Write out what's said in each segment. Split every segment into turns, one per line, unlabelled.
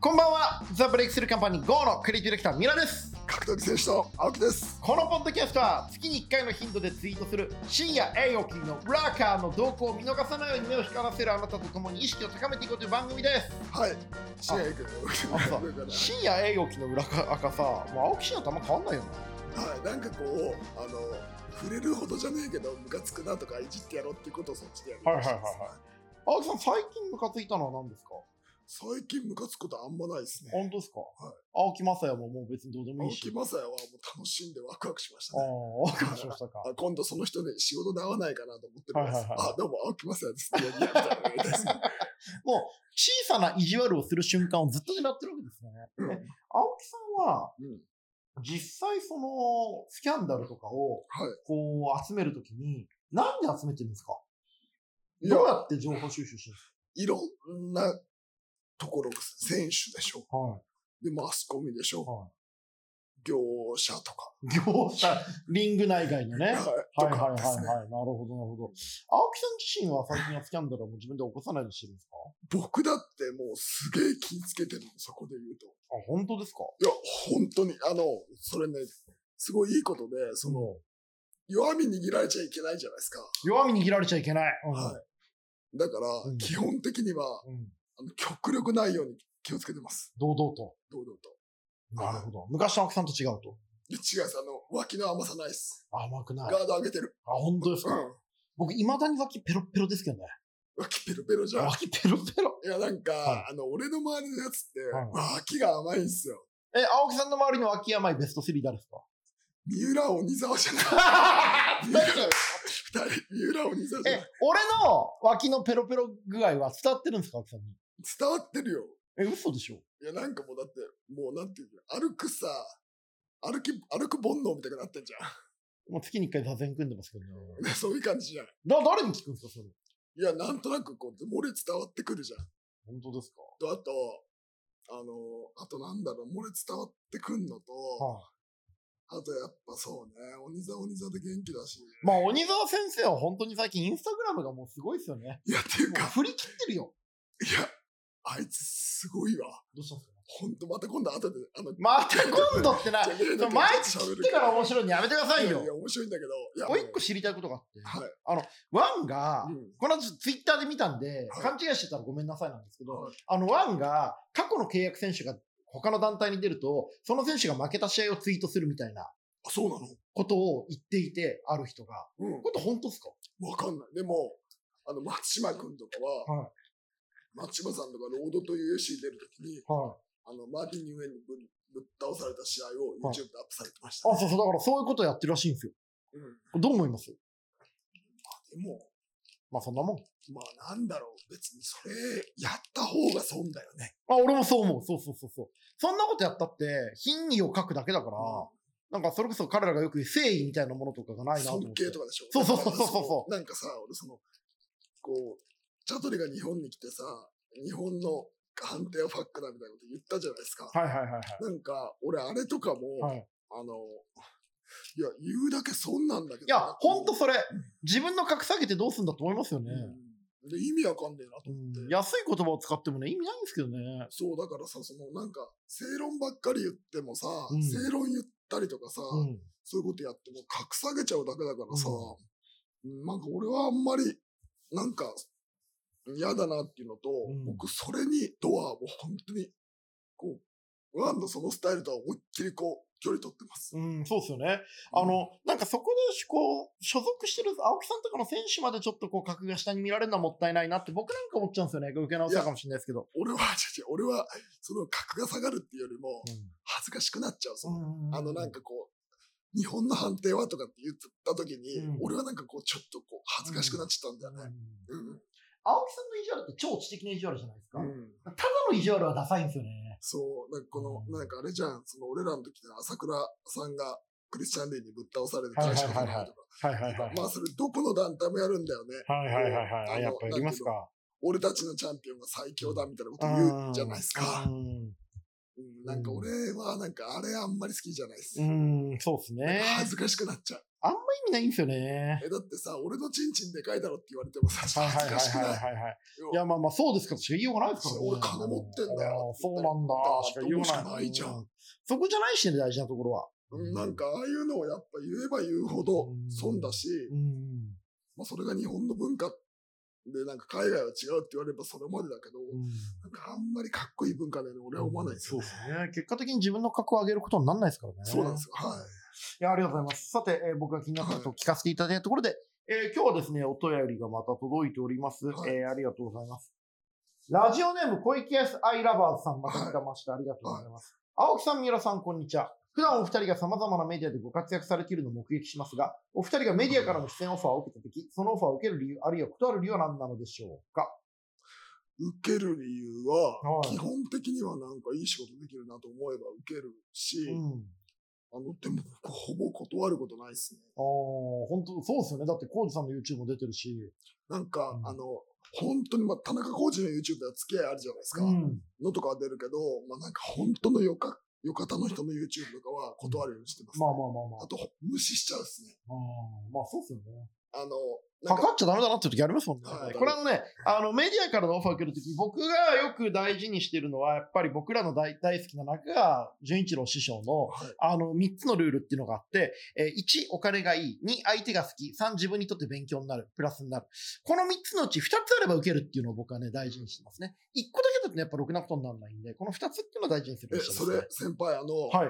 こんばんはザ・ブレイクスルーカンパニー GO のクリエイティブディレクターミラです
格闘技選手の青木です。
このポッドキャストは月に1回の頻度でツイートする深夜栄養金の裏側の動向を見逃さないように目を光らせるあなたと共に意識を高めていこうという番組です
はい。深夜行く。
あさ
は、
深夜栄養金の裏側赤さもう青木真也とあんま変わんないよない
なんかこう、あの、触れるほどじゃねえけど、ムカつくなとか、いじってやろうっていうことをそっちでやる。
はいはいはいは青木さん最近ムカついたのは何ですか
最近ムカつくことあんまないですね。
本当ですか、
はい
青木正也ももう別にどうでもい
青
いし
木雅也はもう楽しんでワクワクしました
ああ
ね。
わかりましたか
あ今度その人に仕事で会わないかなと思ってます。
はいはいはい
あ、どうも青木雅也 です。いやいやみたいなのやりたいですね。
もう小さな意地悪をする瞬間をずっと狙ってるわけですね
うん
え青木さんは
うん
実際そのスキャンダルとかを
はい
こう集めるときに、なんで集めてるんですか
いや
どうやって情報収集してるんです
いろんなところ、選手でしょ。
かはい。
で、マスコミでしょ。
は
業者とか。
い、業者、リング内外のね。はい
は
は
い。
い
と
はい
か
はい、
ですね。
はい。なるほど、なるほど。青木さん自身は最近はスキャンダルはもう自分で起こさないようにしてるんですか
僕だってもうすげえ気ぃつけてるの、そこで言うと。
あ、本当ですか
いや、本当に、あの、それね、すごいいいことで、その、弱み握られちゃいけないじゃないですか。
弱み握られちゃいけない。うん
はいだから、
うん
基本的には、
うん
あの極力ないように気をつけてます。
堂々と。
堂々と。
なるほど。昔の青木さんと違うと。
いや違うさ、あの、脇の甘さないっす。
甘くない。あ、
ガード上げてる。
本当です
う
か、
ん。
僕、未だに脇ペロッペロですけどね。
脇ペロペロじゃん。
脇ペロペロ。
いや、なんか、
は
あの、俺の周りのやつって、
はい
脇が甘いんすよ。
え、青木さんの周りの脇甘いベスト3誰です か
三浦鬼沢じゃない。三浦二人、三浦鬼沢じゃな
え
い。、
俺の脇のペロペロ具合は伝わってるんですか、奥さんに。
伝わってるよ。
え、嘘でしょ
いや、なんかもうだって、もうなんていうの、歩くさ、歩き、歩く煩悩みたいになってんじゃ
もう月に一回座禅組んでますけどね。
ん。 ねそういう感じじゃん。い
だ、誰に聞くんですか、それ。
や、なんとなくこう、漏れ伝わってくるじゃん。
本当ですか
と、あと、あの、あとなんだろう、漏れ伝わってくんのと、
はい、
あとやっぱそうね、鬼座鬼座で元気だし。
まあ、鬼沢先生は本当に最近インスタグラムがもうすごいですよね。
いや、っていう
もう
か、
振り切ってるよ。
いや、あいつすごいわ。
どうしたんですか
ほんと、また今度後で、あの、
また今度 ってな、
じゃあ
その毎日切ってから面白いのやめてください
いや
よ
い。や、面白いんだけど、いや、
もう一個知りたいことがあって、
はい
あの、ワンが、
うん
このツイッターで見たんで、
はい
勘違いしてたらごめんなさいなんですけど、
はい
あの、ワンが過去の契約選手が他の団体に出ると、その選手が負けた試合をツイートするみたいな
あ、そうなの
ことを言っていて、ある人が。
うん。
これって本当ですか
わかんない。でも、あの、松島くんとかは、
はい
松島さんとかロードと UFC 出るときに、
はい。
あの、マーティン・ニューエンにぶんぶっ倒された試合を
はい
YouTube でアップされてました、
あ、そうそう、だからそういうことやってるらしいんですよ。
うん。
どう思います
でも、
まあそんなもん。
まあなんだろう。別にそれ、やった方が損だよね。
あ、俺もそう思う。そうそうそうそう。そんなことやったって、品位を書くだけだから、なんかそれこそ彼らがよく言う誠意みたいなものとかがないなと思
尊
って。
敬とかでしょ。
そうそうそうそうそう
だからのなんかさ、俺その、こう、チャトリが日本に来てさ、日本の判定はファックだみたいなこと言ったじゃないですか。
はいはいはいはい。
なんか、俺あれとかも、
はい
あの、いや、言うだけ損なんだけど。
いや、ほんとそれ、自分の格下げてどうすんだと思いますよね。
うんで意味わかんねえな
う
と思って。
ん、安い言葉を使ってもね、意味ないんですけどね。
そう、だからさ、そのなんか、正論ばっかり言ってもさ、
うん
正論言ったりとかさ、
うん。
そういうことやっても格下げちゃうだけだからさ、
う
うんなんか俺はあんまり、なんか、嫌だなっていうのと、
うん
僕それにドアを本当に、こう、ワンのそのスタイルとは思いっきりこう、距離取ってます。
うん、そうですよね。あの、なんかそこで、こう、所属してる青木さんとかの選手までちょっとこう、格が下に見られるのはもったいないなって僕なんか思っちゃうんですよね。受け直したかもしれないですけど。
俺は、違う違う俺は、その格が下がるっていうよりも、恥ずかしくなっちゃう。その
うん
あのなん、かこう、日本の判定はとかって言った時に、
うん
俺はなんかこう、ちょっとこう、恥ずかしくなっちゃったんだ
うん
よね。うん。
青木さんの意地悪って超知的な意地悪じゃないですか。
うん
ただの意地悪はダサいんですよね。
そう、なんかこ
うん
の、なんかあれじゃん、その俺らの時の朝倉さんがクリスチャン・レイにぶっ倒されて
はいはい
大した
はい
な
はい
とか。
はいは
まあそれどこの団体もやるんだよね。
はい
はいはいはいあやっぱやります
か。
俺たちのチャンピオンが最強だみたいなこと言うじゃないですか。
うん。
うん、なんか俺はなんかあれあんまり好きじゃないっす。
うん、そうですね。
恥ずかしくなっちゃう。
意味ないんですよね。
え、だってさ、俺のチンチンでかいだろって言われてもさ、ちょ
はい
っと
は
恥
い
ず
はい
かしくない。
はいはい。
要はい
や、まあまあ、そうですから、しか言いようがないですからね。
そう俺金持ってんだよ
あーそうなんだ。しか言いようが
どうしか
な。
ないいじゃん
うそこじゃないしね、大事なところは。
うんなんかああいうのをやっぱ言えば言うほど
うん
損だし、
うん。
まあそれが日本の文化でなんか海外は違うって言われればそれまでだけど、
うん
なんかあんまりかっこいい文化だよね、俺は思わないです
そう
よ
ですね。結果的に自分の格を上げることにならないですからね。
そうなんですよ。はい。
いや、ありがとうございます。さて、えー僕が気になったことを聞かせていただいたところで、えー今日はですね、お便りがまた届いております。
はい
えーありがとうございます。ラジオネーム、小池康アイラバーズさん、また来てました。ありがとうございます。青木さん、三浦さん、こんにちは。普段お二人が様々なメディアでご活躍されているのを目撃しますが、お二人がメディアからの出演オファーを受けたとき、そのオファーを受ける理由、あるいは断る理由は何なのでしょうか
受ける理由は、
はい
基本的にはなんかいい仕事できるなと思えば受けるし、
うん。
あの、でも僕ほぼ断ることないですね。
ああ、本当そうですよね。だって、コウジさんの YouTube も出てるし。
なんか、
うん
あの、本当に、まあ、田中浩二の YouTube では付き合いあるじゃないですか。
ん。
のとかは出るけど、まあなんか本当のよか、よかたの人の YouTube とかは断るようにしてます、
まあまあまあまあ
あ。と、無視しちゃうですね。
あーまあ、そうですよね。
あの、な
か
んか、
かっちゃダメだなって時ありますもんね。
はい
これはね、あの、メディアからのオファーを受けるとき、僕がよく大事にしてるのは、やっぱり僕らの大大好きな中川純一郎師匠の、
はい
あの、3つのルールっていうのがあって、えー1、お金がいい。2、相手が好き。3、自分にとって勉強になる。プラスになる。この3つのうち2つあれば受けるっていうのを僕はね、大事にしてますね。1個だけだとね、やっぱろくなことにならないんで、この2つっていうのは大事にする
え、
ようにして
そ
ますね
れ、先輩、あの、
はい。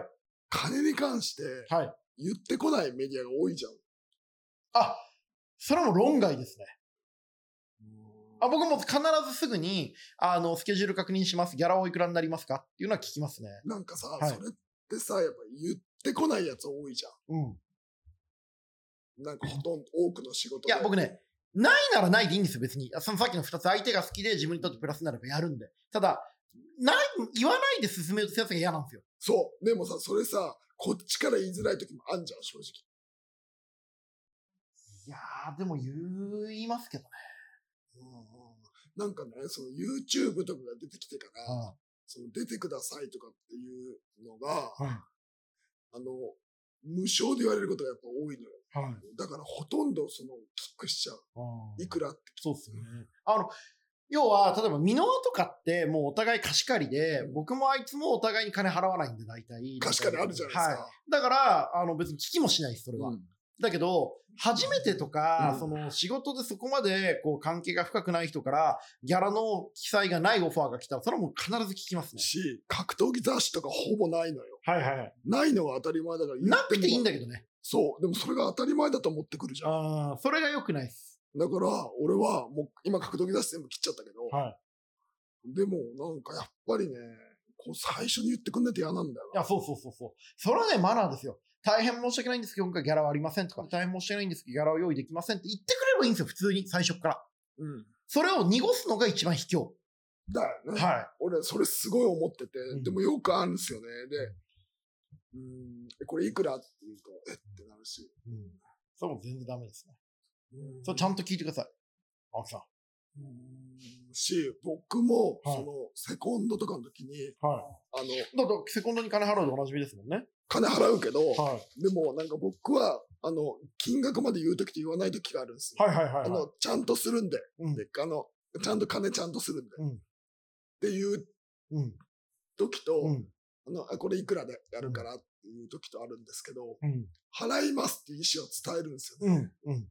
金に関して
はい。
言ってこないメディアが多いじゃん。
あ、それはもう論外ですね。あ僕も必ずすぐに、あの、スケジュール確認します。ギャラおいくらになりますかっていうのは聞きますね。
なんかさ、
はい
それってさ、やっぱ言ってこないやつ多いじゃ
うん。
ん。なんかほとんど多くの仕事
い
で。
や、僕ね、ないならないでいいんですよ、別に。そのさっきの二つ、相手が好きで自分にとってプラスになればやるんで。ただ、ない、言わないで進めるとやつが嫌なんですよ。
そう。でもさ、それさ、こっちから言いづらい時もあんじゃん、正直。
いやー、でも言いますけどね。
なんかね、その YouTube とかが出てきてから、その出てくださいとかっていうのが、
はい
あの、無償で言われることがやっぱ多いの
は
よ。
い。
だからほとんどそのキックしちゃう。いくらって。
そうっすよね。あの、要は、例えば、ミノワとかって、もうお互い貸し借りで、僕もあいつもお互いに金払わないんで、大体。
貸し借りあるじゃないです
は
か。
い。だから、あの、別に聞きもしないです、それは。
うん
だけど、初めてとか、
うん
その仕事でそこまでこう関係が深くない人から、ギャラの記載がないオファーが来たら、それはもう必ず聞きますね。
し、格闘技雑誌とかほぼないのよ。
はいはい。
ないのは当たり前だから言って
なくていいん
だ
だけどね。
そう。でもそれが当たり前だと思ってくるじゃん。
ああ、それが良くないです。
だから、俺はもう今格闘技雑誌全部切っちゃったけど、
はい。
でもなんかやっぱりね、こう最初に言ってくんないと嫌なんだよ
いや、そうそうそうそう。それはね、マナーですよ。大変申し訳ないんですけど、今回ギャラはありませんとか、大変申し訳ないんですけど、ギャラを用意できませんって言ってくれればいいんですよ、普通に、最初から。
な。うん。
それを濁すのが一番卑怯。
だよね。
はい。
俺、それすごい思ってて、
うん
でもよくあるんですよね。で、うん、えこれいくらって言うと、えってなるし。
うん。それも全然ダメですね。
うん
それちゃんと聞いてください。青木さん。
うんし、僕も、
はい
その、セコンドとかの時に、
はい。
あの、
だって、セコンドに金払うでおなじみですもんね。
金払うけど、
はい。
でもなんか僕は、あの、金額まで言う時と言わない時があるんですよ。
はいはいはい、はい。
あの、ちゃんとするんで、
うん
で、あの、ちゃんと金ちゃんとするんで、
うん
っていう
うん。
時と、
うん。
あの、あこれいくらでやるからっていう時とあるんですけど、
うん。
払いますっていう意思を伝えるんですよね。
うん。うん。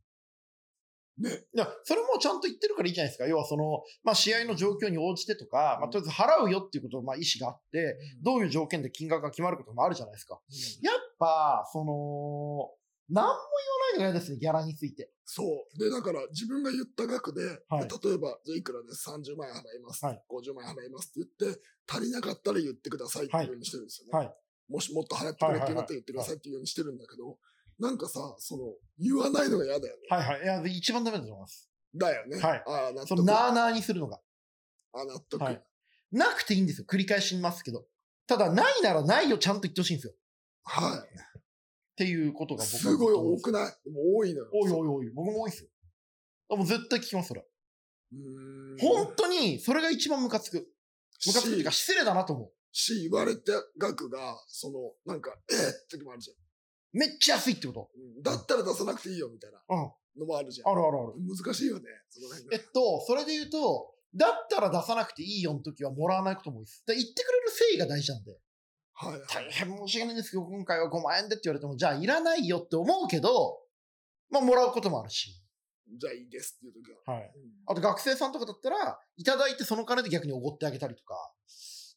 ね。
いや、それもちゃんと言ってるからいいじゃないですか。要はその、まあ、試合の状況に応じてとか、まあ、とりあえず払うよっていうことの、まあ、意思があって、どういう条件で金額が決まることもあるじゃないですか。やっぱ、その、何も言わないのが嫌ですね、ギャラについて。
そう。で、だから自分が言った額で、
はい
で例えば、じゃあいくらです、30万円払います、
はい
50万円払いますって言って、足りなかったら言ってくださいっていうようにしてるんですよね。
はい
もしもっと払ってくれってなったら言ってくださいっていうようにしてるんだけど、なんかさ、その、言わないのが嫌だよね。
はいはい。いや、で一番ダメだと思います。
だよね。
はい
ああ、納
その、
得。
な
あ
ーなーにするのが。
あ、納得。
はいなくていいんですよ。繰り返しますけど。ただ、ないならないをちゃんと言ってほしいんですよ。っ
はい
ていうことが僕はず
す
っと
ごい
思
多
ます
くないでも多いのよ。
おいおいおい、僕も多いですよ。でも絶対聞きます、それ。
うーん
本当に、それが一番ムカつく。ムカつくっていうか、
し
失礼だなと思
し、言われた額が、その、なんか、ええ時もあるじ
めっちゃ安いってこ
ゃんうん。だったら出さなくていいよ、みたいな
とうん。
のもあるじゃん。
あるあるある。
難しいよね、その辺
え
が
っ。と、それで言うと、だったら出さなくていいよの時はもらわないことも多いです。だから言ってくれる誠意が大事なんで。
はいはい。
大変申し訳ないんですけど、今回は5万円でって言われても、じゃあいらないよって思うけど、まあもらうこともあるし。
じゃあいいですっていう時は。
はい。
うん
あと学生さんとかだったら、いただいてその金で逆におごってあげたりとか。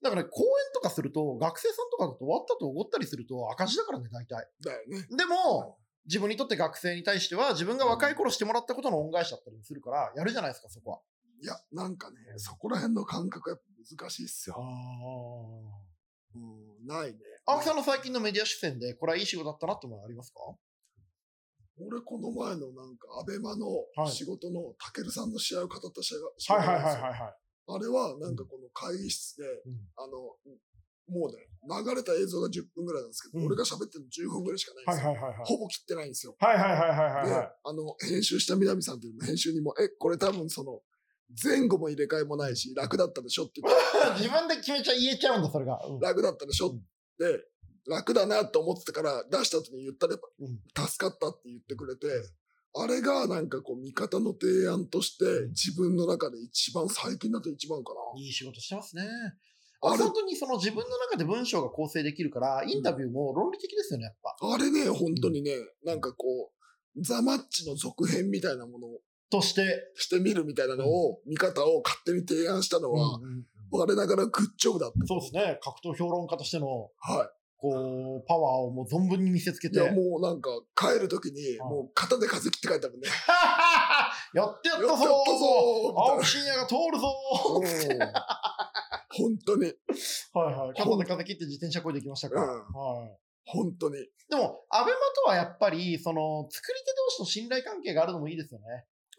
だから講演とかすると、学生さんとかだと終わったとおごったりすると赤字だからね、大体。
だよね。
でも、自分にとって学生に対しては、自分が若い頃してもらったことの恩返しだったりもするから、やるじゃないですか、そこは。
いや、なんかね、そこら辺の感覚やっぱ難しいっす
あ
よ。
あ。
うん、ないね。
青木さんの最近のメディア出演で、これはいい仕事だったなって思うのありますか
俺この前のなんか、アベマの
はい
仕事のたけるさんの試合を語った試合が、試合があるんですよ
い。
あれはなんかこの会議室で、
うん
あの、もうね、流れた映像が10分ぐらいなんですけど、
うん
俺が喋ってるの10分ぐらいしかないんですよ。
いはいはい。
ほぼ切ってないんですよ。
はいはいはい
で、あの、編集した南さんという編集にも、え、これ多分その、前後も入れ替えもないし、楽だったでしょって言っ
い。
て
自分で決めちゃ言えちゃうんだ、それが。うん
楽だったでしょって、楽だなと思ってたから出した後に言ったらやっ
うん
ぱ助かったって言ってくれて、あれがなんかこう味方の提案として
うん
自分の中で一番最近だと一番か
いい仕事してますね。
な。あれ
本、当にその自分の中で文章が構成できるから、インタビューも論理的ですよね、やっぱ。
あれね、本当にね、なんかこう、ザマッチの続編みたいなものを
として。
してみるみたいなのを、見方を勝手に提案したのは、
うんうん
我ながらグッジョブだっ
そうですね。格闘評論家としての、
た。はい。
こう、パワーをもう存分に見せつけ
い
て。
や、もうなんか、帰るときに、
はい
もう肩で風切って帰った もんね。
やってやったぞ
やってやったぞー
青木真也が通るぞー
うん 本当に、
はいはい。肩で風切って自転車こいできましたから。
うん
はい。
本当に。
でも、アベマとはやっぱり、その、作り手同士の信頼関係があるのもいいですよね。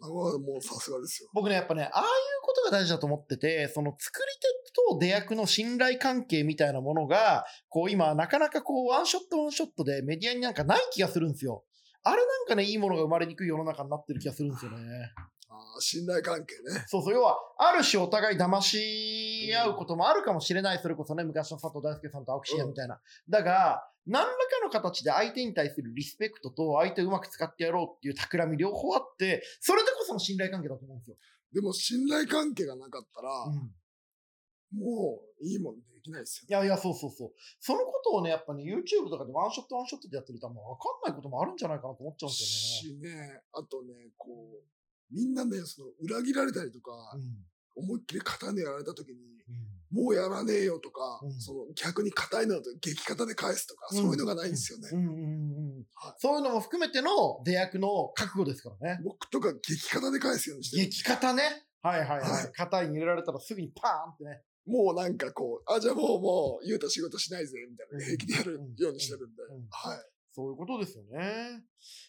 あれはもうさすがですよ。
僕ね、やっぱね、ああいうことが大事だと思ってて、その作り手と出役の信頼関係みたいなものが、こう今、なかなかこう、ワンショットワンショットでメディアになんかない気がするんですよ。あれなんかね、いいものが生まれにくい世の中になってる気がするんですよね。
あー信頼関係ね。
そうそう、要は、ある種お互い騙し合うこともあるかもしれない、それこそね、昔の佐藤大輔さんと青木真也みたいな。だが、何らかの形で相手に対するリスペクトと、相手をうまく使ってやろうっていう企み両方あって、それでこその信頼関係だと思うんですよ。
でも信頼関係がなかったら、
うん
もういいもんできないです
いやいや、そうそうそう。そのことをね、やっぱね、YouTube とかでワンショットワンショットでやってると、もう分かんないこともあるんじゃないかなと思っちゃ
よ。
うんですよね。
しね、あとね、こう、みんなね、その裏切られたりとか、思いっきり刀やられた時
う
に、
ん
もうやらねえよとか、
うん
その逆に硬いのだと激硬で返すとか、
うん
そういうのがないんですよね。
うんうんうんうん
はい
そういうのも含めての出役の覚悟ですからね。
僕とか激硬で返すようにしてる、
激型ね。はい はいは。
はい
型に入れられたらすぐにパーンってね。
もうなんかこう、あ、じゃあもうもう、言うと仕事しないぜ、みたいな、
うん
平気でやるようにしてるんで、
うんうん
はい。
そういうことですよね。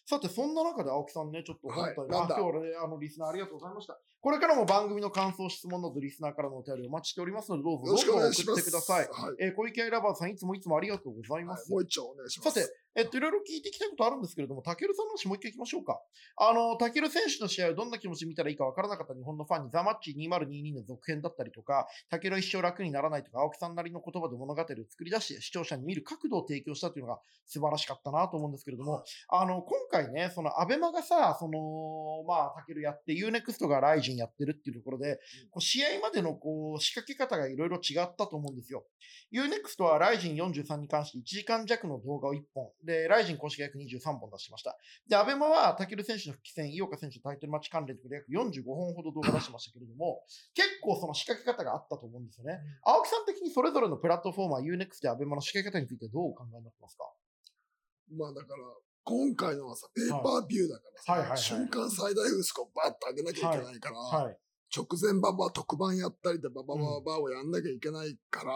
さて、そんな中で青木さんね、ちょっと本体、
はい
あ
なんだ
今日はね、あの、リスナーありがとうございました。これからも番組の感想、質問など、リスナーからのお便りお待ちしておりますので、どう
よ
ぞ
ろし
ど
くお
んど
願
ん
いし
送
ま
って
す。
ください。
はい。
えー小池アイラバーさん、いつもいつもありがとうございま
はい
す。
もう一丁お願いしま
さ
す。
て、えっと、いろいろ聞いてきたことあるんですけれども、タケルさんの話もう一回行きましょうか。あの、タケル選手の試合をどんな気持ちで見たらいいかわからなかった日本のファンに、ザマッチ2022の続編だったりとか、タケル一生楽にならないとか、青木さんなりの言葉で物語を作り出して、視聴者に見る角度を提供したというのが素晴らしかったなと思うんですけれども、あの、今回ね、その、アベマがさ、その、まあ、タケルやって、ユーネクストがライジンやってるっていうところで、こう試合までのこう、仕掛け方がいろいろ違ったと思うんですよ。UNEXT は Ryzen43 に関して1時間弱の動画を1本、で、Ryzen 公式が約23本出してました。で、アベマは、タケル選手の復帰戦、井岡選手のタイトルマッチ関連とかで約45本ほど動画出してましたけれども、結構その仕掛け方があったと思うんですよね。青木さん的にそれぞれのプラットフォーマー、UNEXT やアベマの仕掛け方についてどうお考えになってますか
まあだから、今回のはさ、ペーパービューだからさ、
はいはいはいはい
瞬間最大風速をバッと上げなきゃいけないから、
い。
直前ババ特番やったりでバババババをやんなきゃいけないから、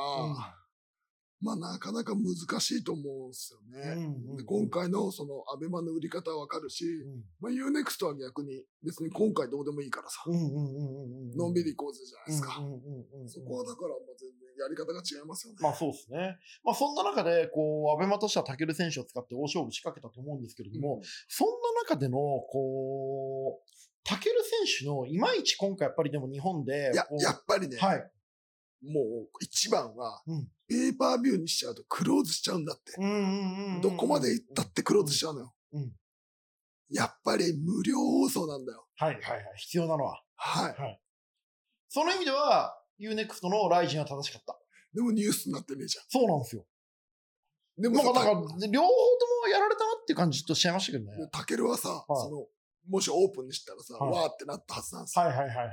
まあなかなか難しいと思うんですよね。で今回のそのアベマの売り方はわかるし、まあ、UNEXT は逆に別に今回どうでもいいからさ、のんびり行こうぜじゃないですか。そこはだからもう全然やり方が違いますよね。
まあそうですね。まあそんな中で、こう、アベマとしてはタケル選手を使って大勝負仕掛けたと思うんですけれども、そんな中での、こう、タケル選手のいまいち今回やっぱりでも日本で
いや
こ、う
やっぱりね、
はい。
もう一番は
うん、
ペーパービューにしちゃうとクローズしちゃうんだって。
うんうんうんうん
どこまで行ったってクローズしちゃうのよ
うん。
やっぱり無料放送なんだよ。
はいはいはい。必要なのは。
はい。
その意味では、UNEXT のライジンは正しかった。
でもニュースになってねえじゃ
そうなんですよ。
ん。でも
なんか、なん
さ、
か、両方ともやられたなっていう感じとしちゃいましたけどね。
たけるはさ、
はい
その、もしオープンにしたらさ、
はい
わーってなったはずなんですよ。
はいはいはいはい。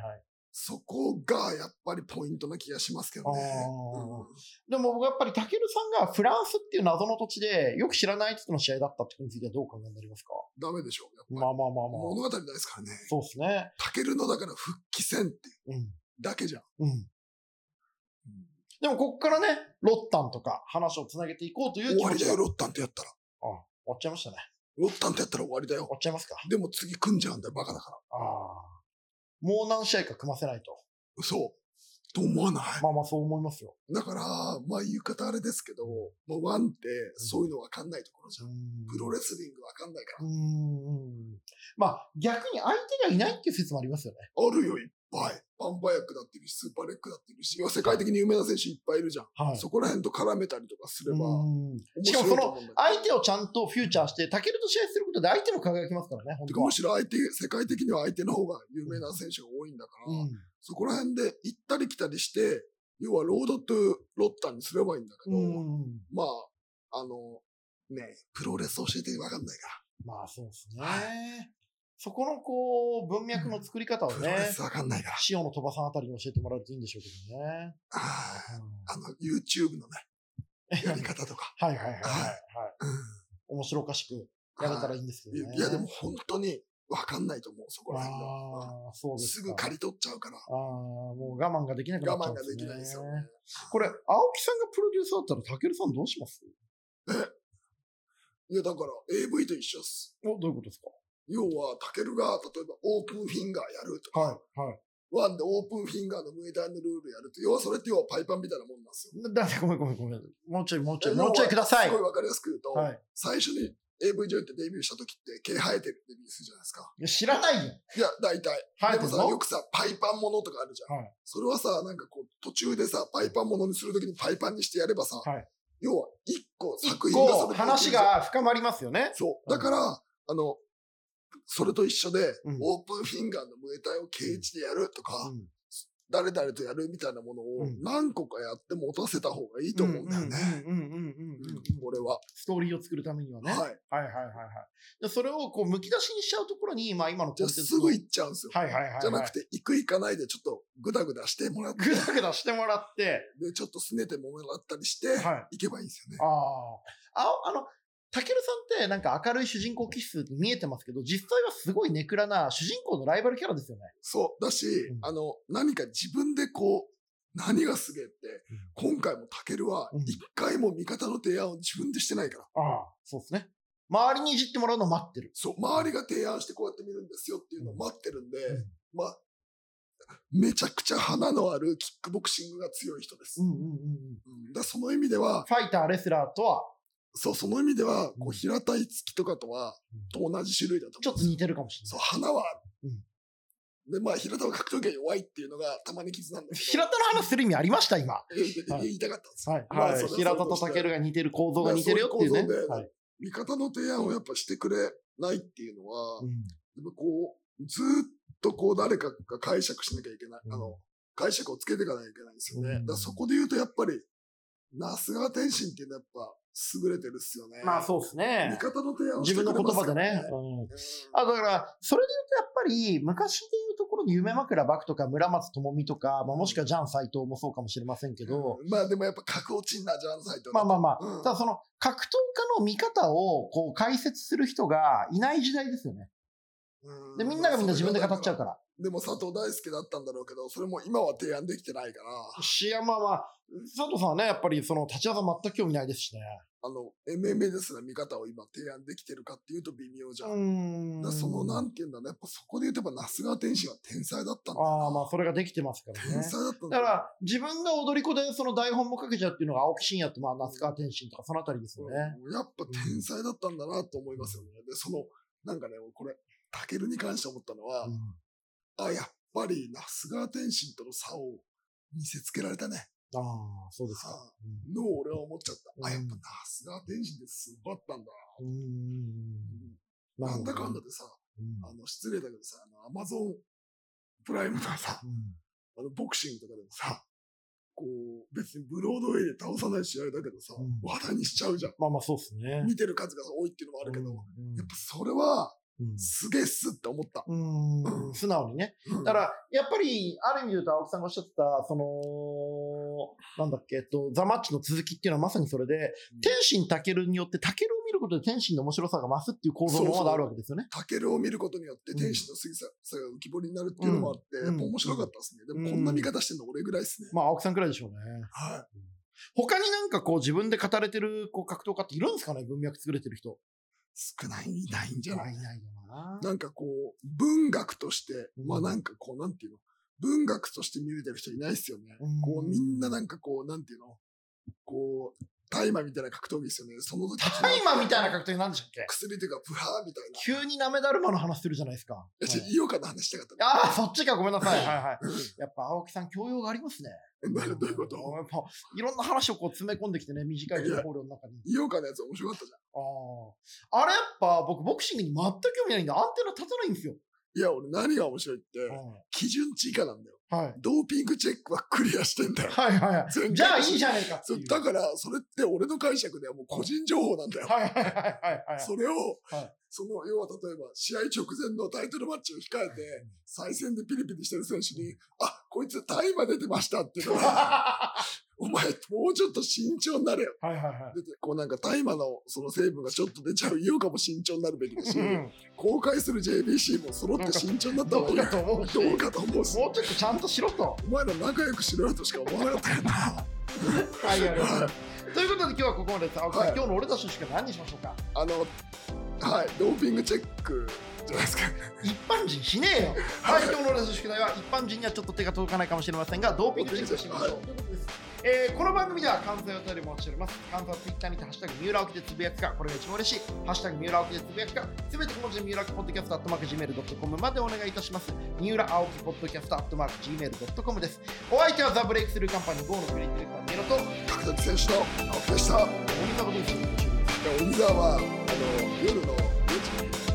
そこがやっぱりポイントな気がしますけどね。
あー
うん
でも僕やっぱりタケルさんがフランスっていう謎の土地でよく知らない人の試合だったってことについてはどうお考えになりますか
ダメでしょう。やっぱり
まあまあまあまあ。
物語ないですからね。
そうですね。
タケルのだから復帰戦って
うん。
だけじゃん。
うん。でもこっからね、ロッタンとか話をつなげていこうという
終
気
わ
持
り
ちが
だよ、
終
ロッタンってやったら。
わっちゃいましたね。
ロッタンってやったら終わりだ
終
よ。
わっちゃいますか。
でも次組んじゃうんだよ、バカだから。
ああ。もう何試合か組ませないと。
嘘。と思わない。
まあまあそう思いますよ。
だから、まあ言い方あれですけど、まあワンってそういうのわかんないところじゃん。プロレスリングわかんないから。
うーん。まあ逆に相手がいないっていう説もありますよね。
あるよ、いっぱい。バンバヤックだっているし、スーパーレックだっているし、要は世界的に有名な選手いっぱいいるじゃん。
はい。
そこら辺と絡めたりとかすれば、面
うんしか
白
もそ
いと
の
思うんだけど。
相手をちゃんとフューチャーして、タケルと試合することで相手も輝きますからね、本
て
当
か
は
むしろ相手、世界的には相手の方が有名な選手が多いんだから、そこら辺で行ったり来たりして、要はロードトゥロッタンにすればいいんだけど、
うん。うん。
まあ、あの、ね、プロレス教えてわかんないか
まあそうです
は
ね。そこのこう、文脈の作り方を
ら。プロレ
ね、
スわかんないから。
塩の鳥羽さんあたりに教えてもらうといいんでしょうけどね。
あ
うん
ーあの、YouTube の ね、やり方とか。
はいはいはいはい。
はい
はい面白おかしくやれたらいいんですけ
い
ど
や
ね。
いや、でも、本当にわかんないと思う、そこら辺が。うん
ああ、そうですす
ぐ
か。
借り取っちゃうから、
ああ、もう我慢ができなくなっちゃ
我
う
慢
ん
ができないですよね。
これ、青木さんがプロデューサーだったら、たけるさんどうします
いや、だから AV と一緒っす。
お、どういうことですか
要は、タケルが、例えば、オープンフィンガーやるとか、
はい、はい。
ワンでオープンフィンガーのムエタイのルールやると、要はそれって要はパイパンみたいなもんなんですよ。
だってごめんごめんごめん。もうちょいもうちょい、
要は
もうちょいください。
すごいわかりやすく言うと、
は
最初に AV 女優ってデビューした時って毛生えてるデビューするじゃないですか。
いや。知らないよ。
いや、大体。
生え
で
て
も
る
さ、
の
よくさ、パイパンものとかあるじゃん。
はい
それはさ、なんかこう、途中でさ、パイパンものにするときにパイパンにしてやればさ、
はい
要は一個作品が
こ、
そうれで
話が深まりますよね。
そ
うん
う。だから、あの、それと一緒で、
うん
オープンフィンガーのムエタイをケージでやるとか、
うん
誰々とやるみたいなもの
う
を
ん
何個かやって持たせた方がいいと思うんだよね。
うんうんうんうんうんうんうん。
俺は。
ストーリーを作るためにはね。はい
は。
はいいはいはいはいで。それをこう、むき出しにしちゃうところに、まあ今のコ
じゃ
ン
あ
テン
す
ツの
ぐ行っちゃうんですよ。
はいはいはいはい。
じゃなくて、行く行かないでちょっとグダグダしてもらって、
ぐだぐだしてもらって、
で、ちょっと拗ねてもらったりし
は
て、
い。
行けばいいんですよね。
ああ。あ、あの、たけるさんってなんか明るい主人公気質に見えてますけど、実際はすごいネクラな主人公のライバルキャラですよね。
そう。だし、
ん
あの、何か自分でこう、何がすげえって、今回もタケルは
うん
一回も味方の提案を自分でしてないから。
ああ、そうですね。周りにいじってもらうのを待ってる。
そう、周りが提案してこうやって見るんですよっていうのを待ってるんで、
うん
まあ、めちゃくちゃ花のあるキックボクシングが強い人です。
うんうんうんうん。
うんだその意味では、
ファイター、レスラーとは、
そう、その意味では、こ
う
うん平田樹とかとは、と同じ種類だと
ちょ
思
っと
うんですよ。
似てるかもし
そ
れ
う、
ない。
花はあ
う
る。で、まあ、平田は格闘技が弱いっていうのがたまに傷なんだけど。
平田の話する意味ありました今。は
ええ
はい
言いたかったんですよ。
い。
まあそれは
平田と
そうとして
健が似てる構造が似てるよっていうね
まあそういう構。造
は
で
い。
味方の提案をやっぱしてくれないっていうのは、
うん
でもこう、ずーっとこう誰かが解釈しなきゃいけない。
うん
あの、解釈をつけていかなきゃいけないんですよね。
うん
だからそこで言うとやっぱり、那須川天心っていうのはやっぱ優れてるっすよね。
まあそうですね
味。方の提案を
自分の言葉でね。
うん
うんあ、だから、それで言うとやっぱり、昔で言うところの夢枕バクとか村松智美とか、まあもしくはジャン斎藤もそうかもしれませんけど、
まあでもやっぱ格落ちんなジャンサイト
まあまあま
う
あ
ん、
ただその格闘家の見方をこう解説する人がいない時代ですよね。
うん
で、みんながみんな自分で語っちゃうから。
でも佐藤大輔だったんだろうけど、それも今は提案できてないから、
し、まあまあ、佐藤さんはね、やっぱりその立ち技全く興味ないですしね。
あの、MMA ですら見方を今提案できてるかっていうと微妙じゃん。
ん
だからその、なんていうんだね、やっぱそこで言うとやっぱ那須川天心は天才だったんだよな
ああ、まあ、それができてますから
天
ね。
才だったん
だ
だ
か
よな
ら、自分が踊り子でその台本もかけちゃうっていうのが青木真也と、まあ、那須川天心とか、そのあたりですよね。
うんやっぱ天才だったんだなと思いますよね。で、その、なんかね、これ、タケルに関して思ったのは、
うん
あ、やっぱり、那須川天心との差を見せつけられたね。
ああ、そうですか。
さのを俺は思っちゃった。あ、やっぱな、菅天心ですごかったんだ。
うんうんうん。
なんだかん
だ。
だでさ、
うん
あの、失礼だけどさ、あの、アマゾンプライムのさ、
うん
あの、ボクシングとかでもさ、こう、別にブロードウェイで倒さない試合だけどさ、
うん
話題にしちゃうじゃん。
まあまあ、そうですね。
見てる数が多いっていうのもあるけど、
うん
やっぱそれは、
うん
すげえっすって思った。
うん
うん
素直にね。
うん
だから、やっぱり、ある意味で言うと、青木さんがおっしゃってた、その、なんだっけ、えっと、ザ・マッチの続きっていうのはまさにそれで
うん、
天心たけるによって、たけるを見ることで天心の面白さが増すっていう構造もまだあるわけですよね。
タケルを見ることによって天使の杉ささが浮き彫りになるっていうのもあって、
うん
やっぱ面白かったですね。で
うん
もこんな見方してんの俺ぐらいですね。
まあ、青木さんくらいでしょうね。
はい。
他になんかこう、自分で語れてるこう格闘家っているんですかね文脈作れてる人。
少ない、いないんじゃない
いないよな。
なんかこう、文学として、
うん
まあなんかこう、なんていうの、文学として見れてる人いないですよね。
うん
こう、みんななんかこう、なんていうの、こう、大麻みたいな格闘技ですよね。その時
タイマーみたいな格闘技なんでしたっけ
薬というか、プハーみたいな。
急になめだるまの話するじゃないですか。
いや、ちょ、井岡の話したかった
ああ、そっちか、ごめんなさい。はいはい。やっぱ青木さん、教養がありますね。
な。どういうこと
んやっぱ、いろんな話をこう詰め込んできてね、短い情報量の中に。
井岡のやつ面白かったじゃん。
ああ。あれやっぱ、僕、ボクシングに全く興味ないんで、アンテナ立たないんですよ。
いや、俺何が面白いって、基準値以下なんだよ。
はい。
ドーピングチェックはクリアしてんだよ。
はいはいはい。じゃあ、いいじゃねえかって
そ
いうう。
だから、それって俺の解釈ではもう個人情報なんだよ。
はいはいはいはいはい。
それを、
はい
その、要は例えば、試合直前のタイトルマッチを控え て、再戦でピリピリしてる選手に、あ、こいつタイマー出てましたっていうのは、
は
お前、もうちょっと慎重になれよ。
いはいは
でこうなんか大麻のその成分がちょっと出ちゃう言うかも慎重になるべきだ
い。
し、
うん。
公開する JBC も揃って慎重になった
ど
方
う
が
か
いい。
と思うし、
ど
も
う
うちょ
かと思うし、
っとちゃんとしろと。
お前ら仲良くしろよとしか思わなかったよな。
はい、ありがとうございます。ということで、今日はここまでです。青木さん、
はい
今日の俺たちの宿題何にしましょうか
あの、はい、ドーピングチェックじゃないですか。
一般人しねえよ。はい、今日の俺たちの宿題は一般人にはちょっと手が届かないかもしれませんが、ドーピングチェックをしてみましょう。ということですえーこの番組では感想をお便りもお待ちしております。感想はツイッターにて、ハッシュタグ、三浦沖でつぶやくか、これが一番嬉しい。ハッシュタグ、三浦沖でつぶやくか、すべて小文字で三浦沖ポッドキャスト、アットマーク、gmail.com までお願いいたします。三浦青木ポッドキャスト、アットマーク、gmail.com です。お相手はザ・ブレイクスルーカンパニー、ゴーのフリーディレクター、三浦と、
角崎選手の青木でした。
森田ことです。
で小木沢はあの夜の4時に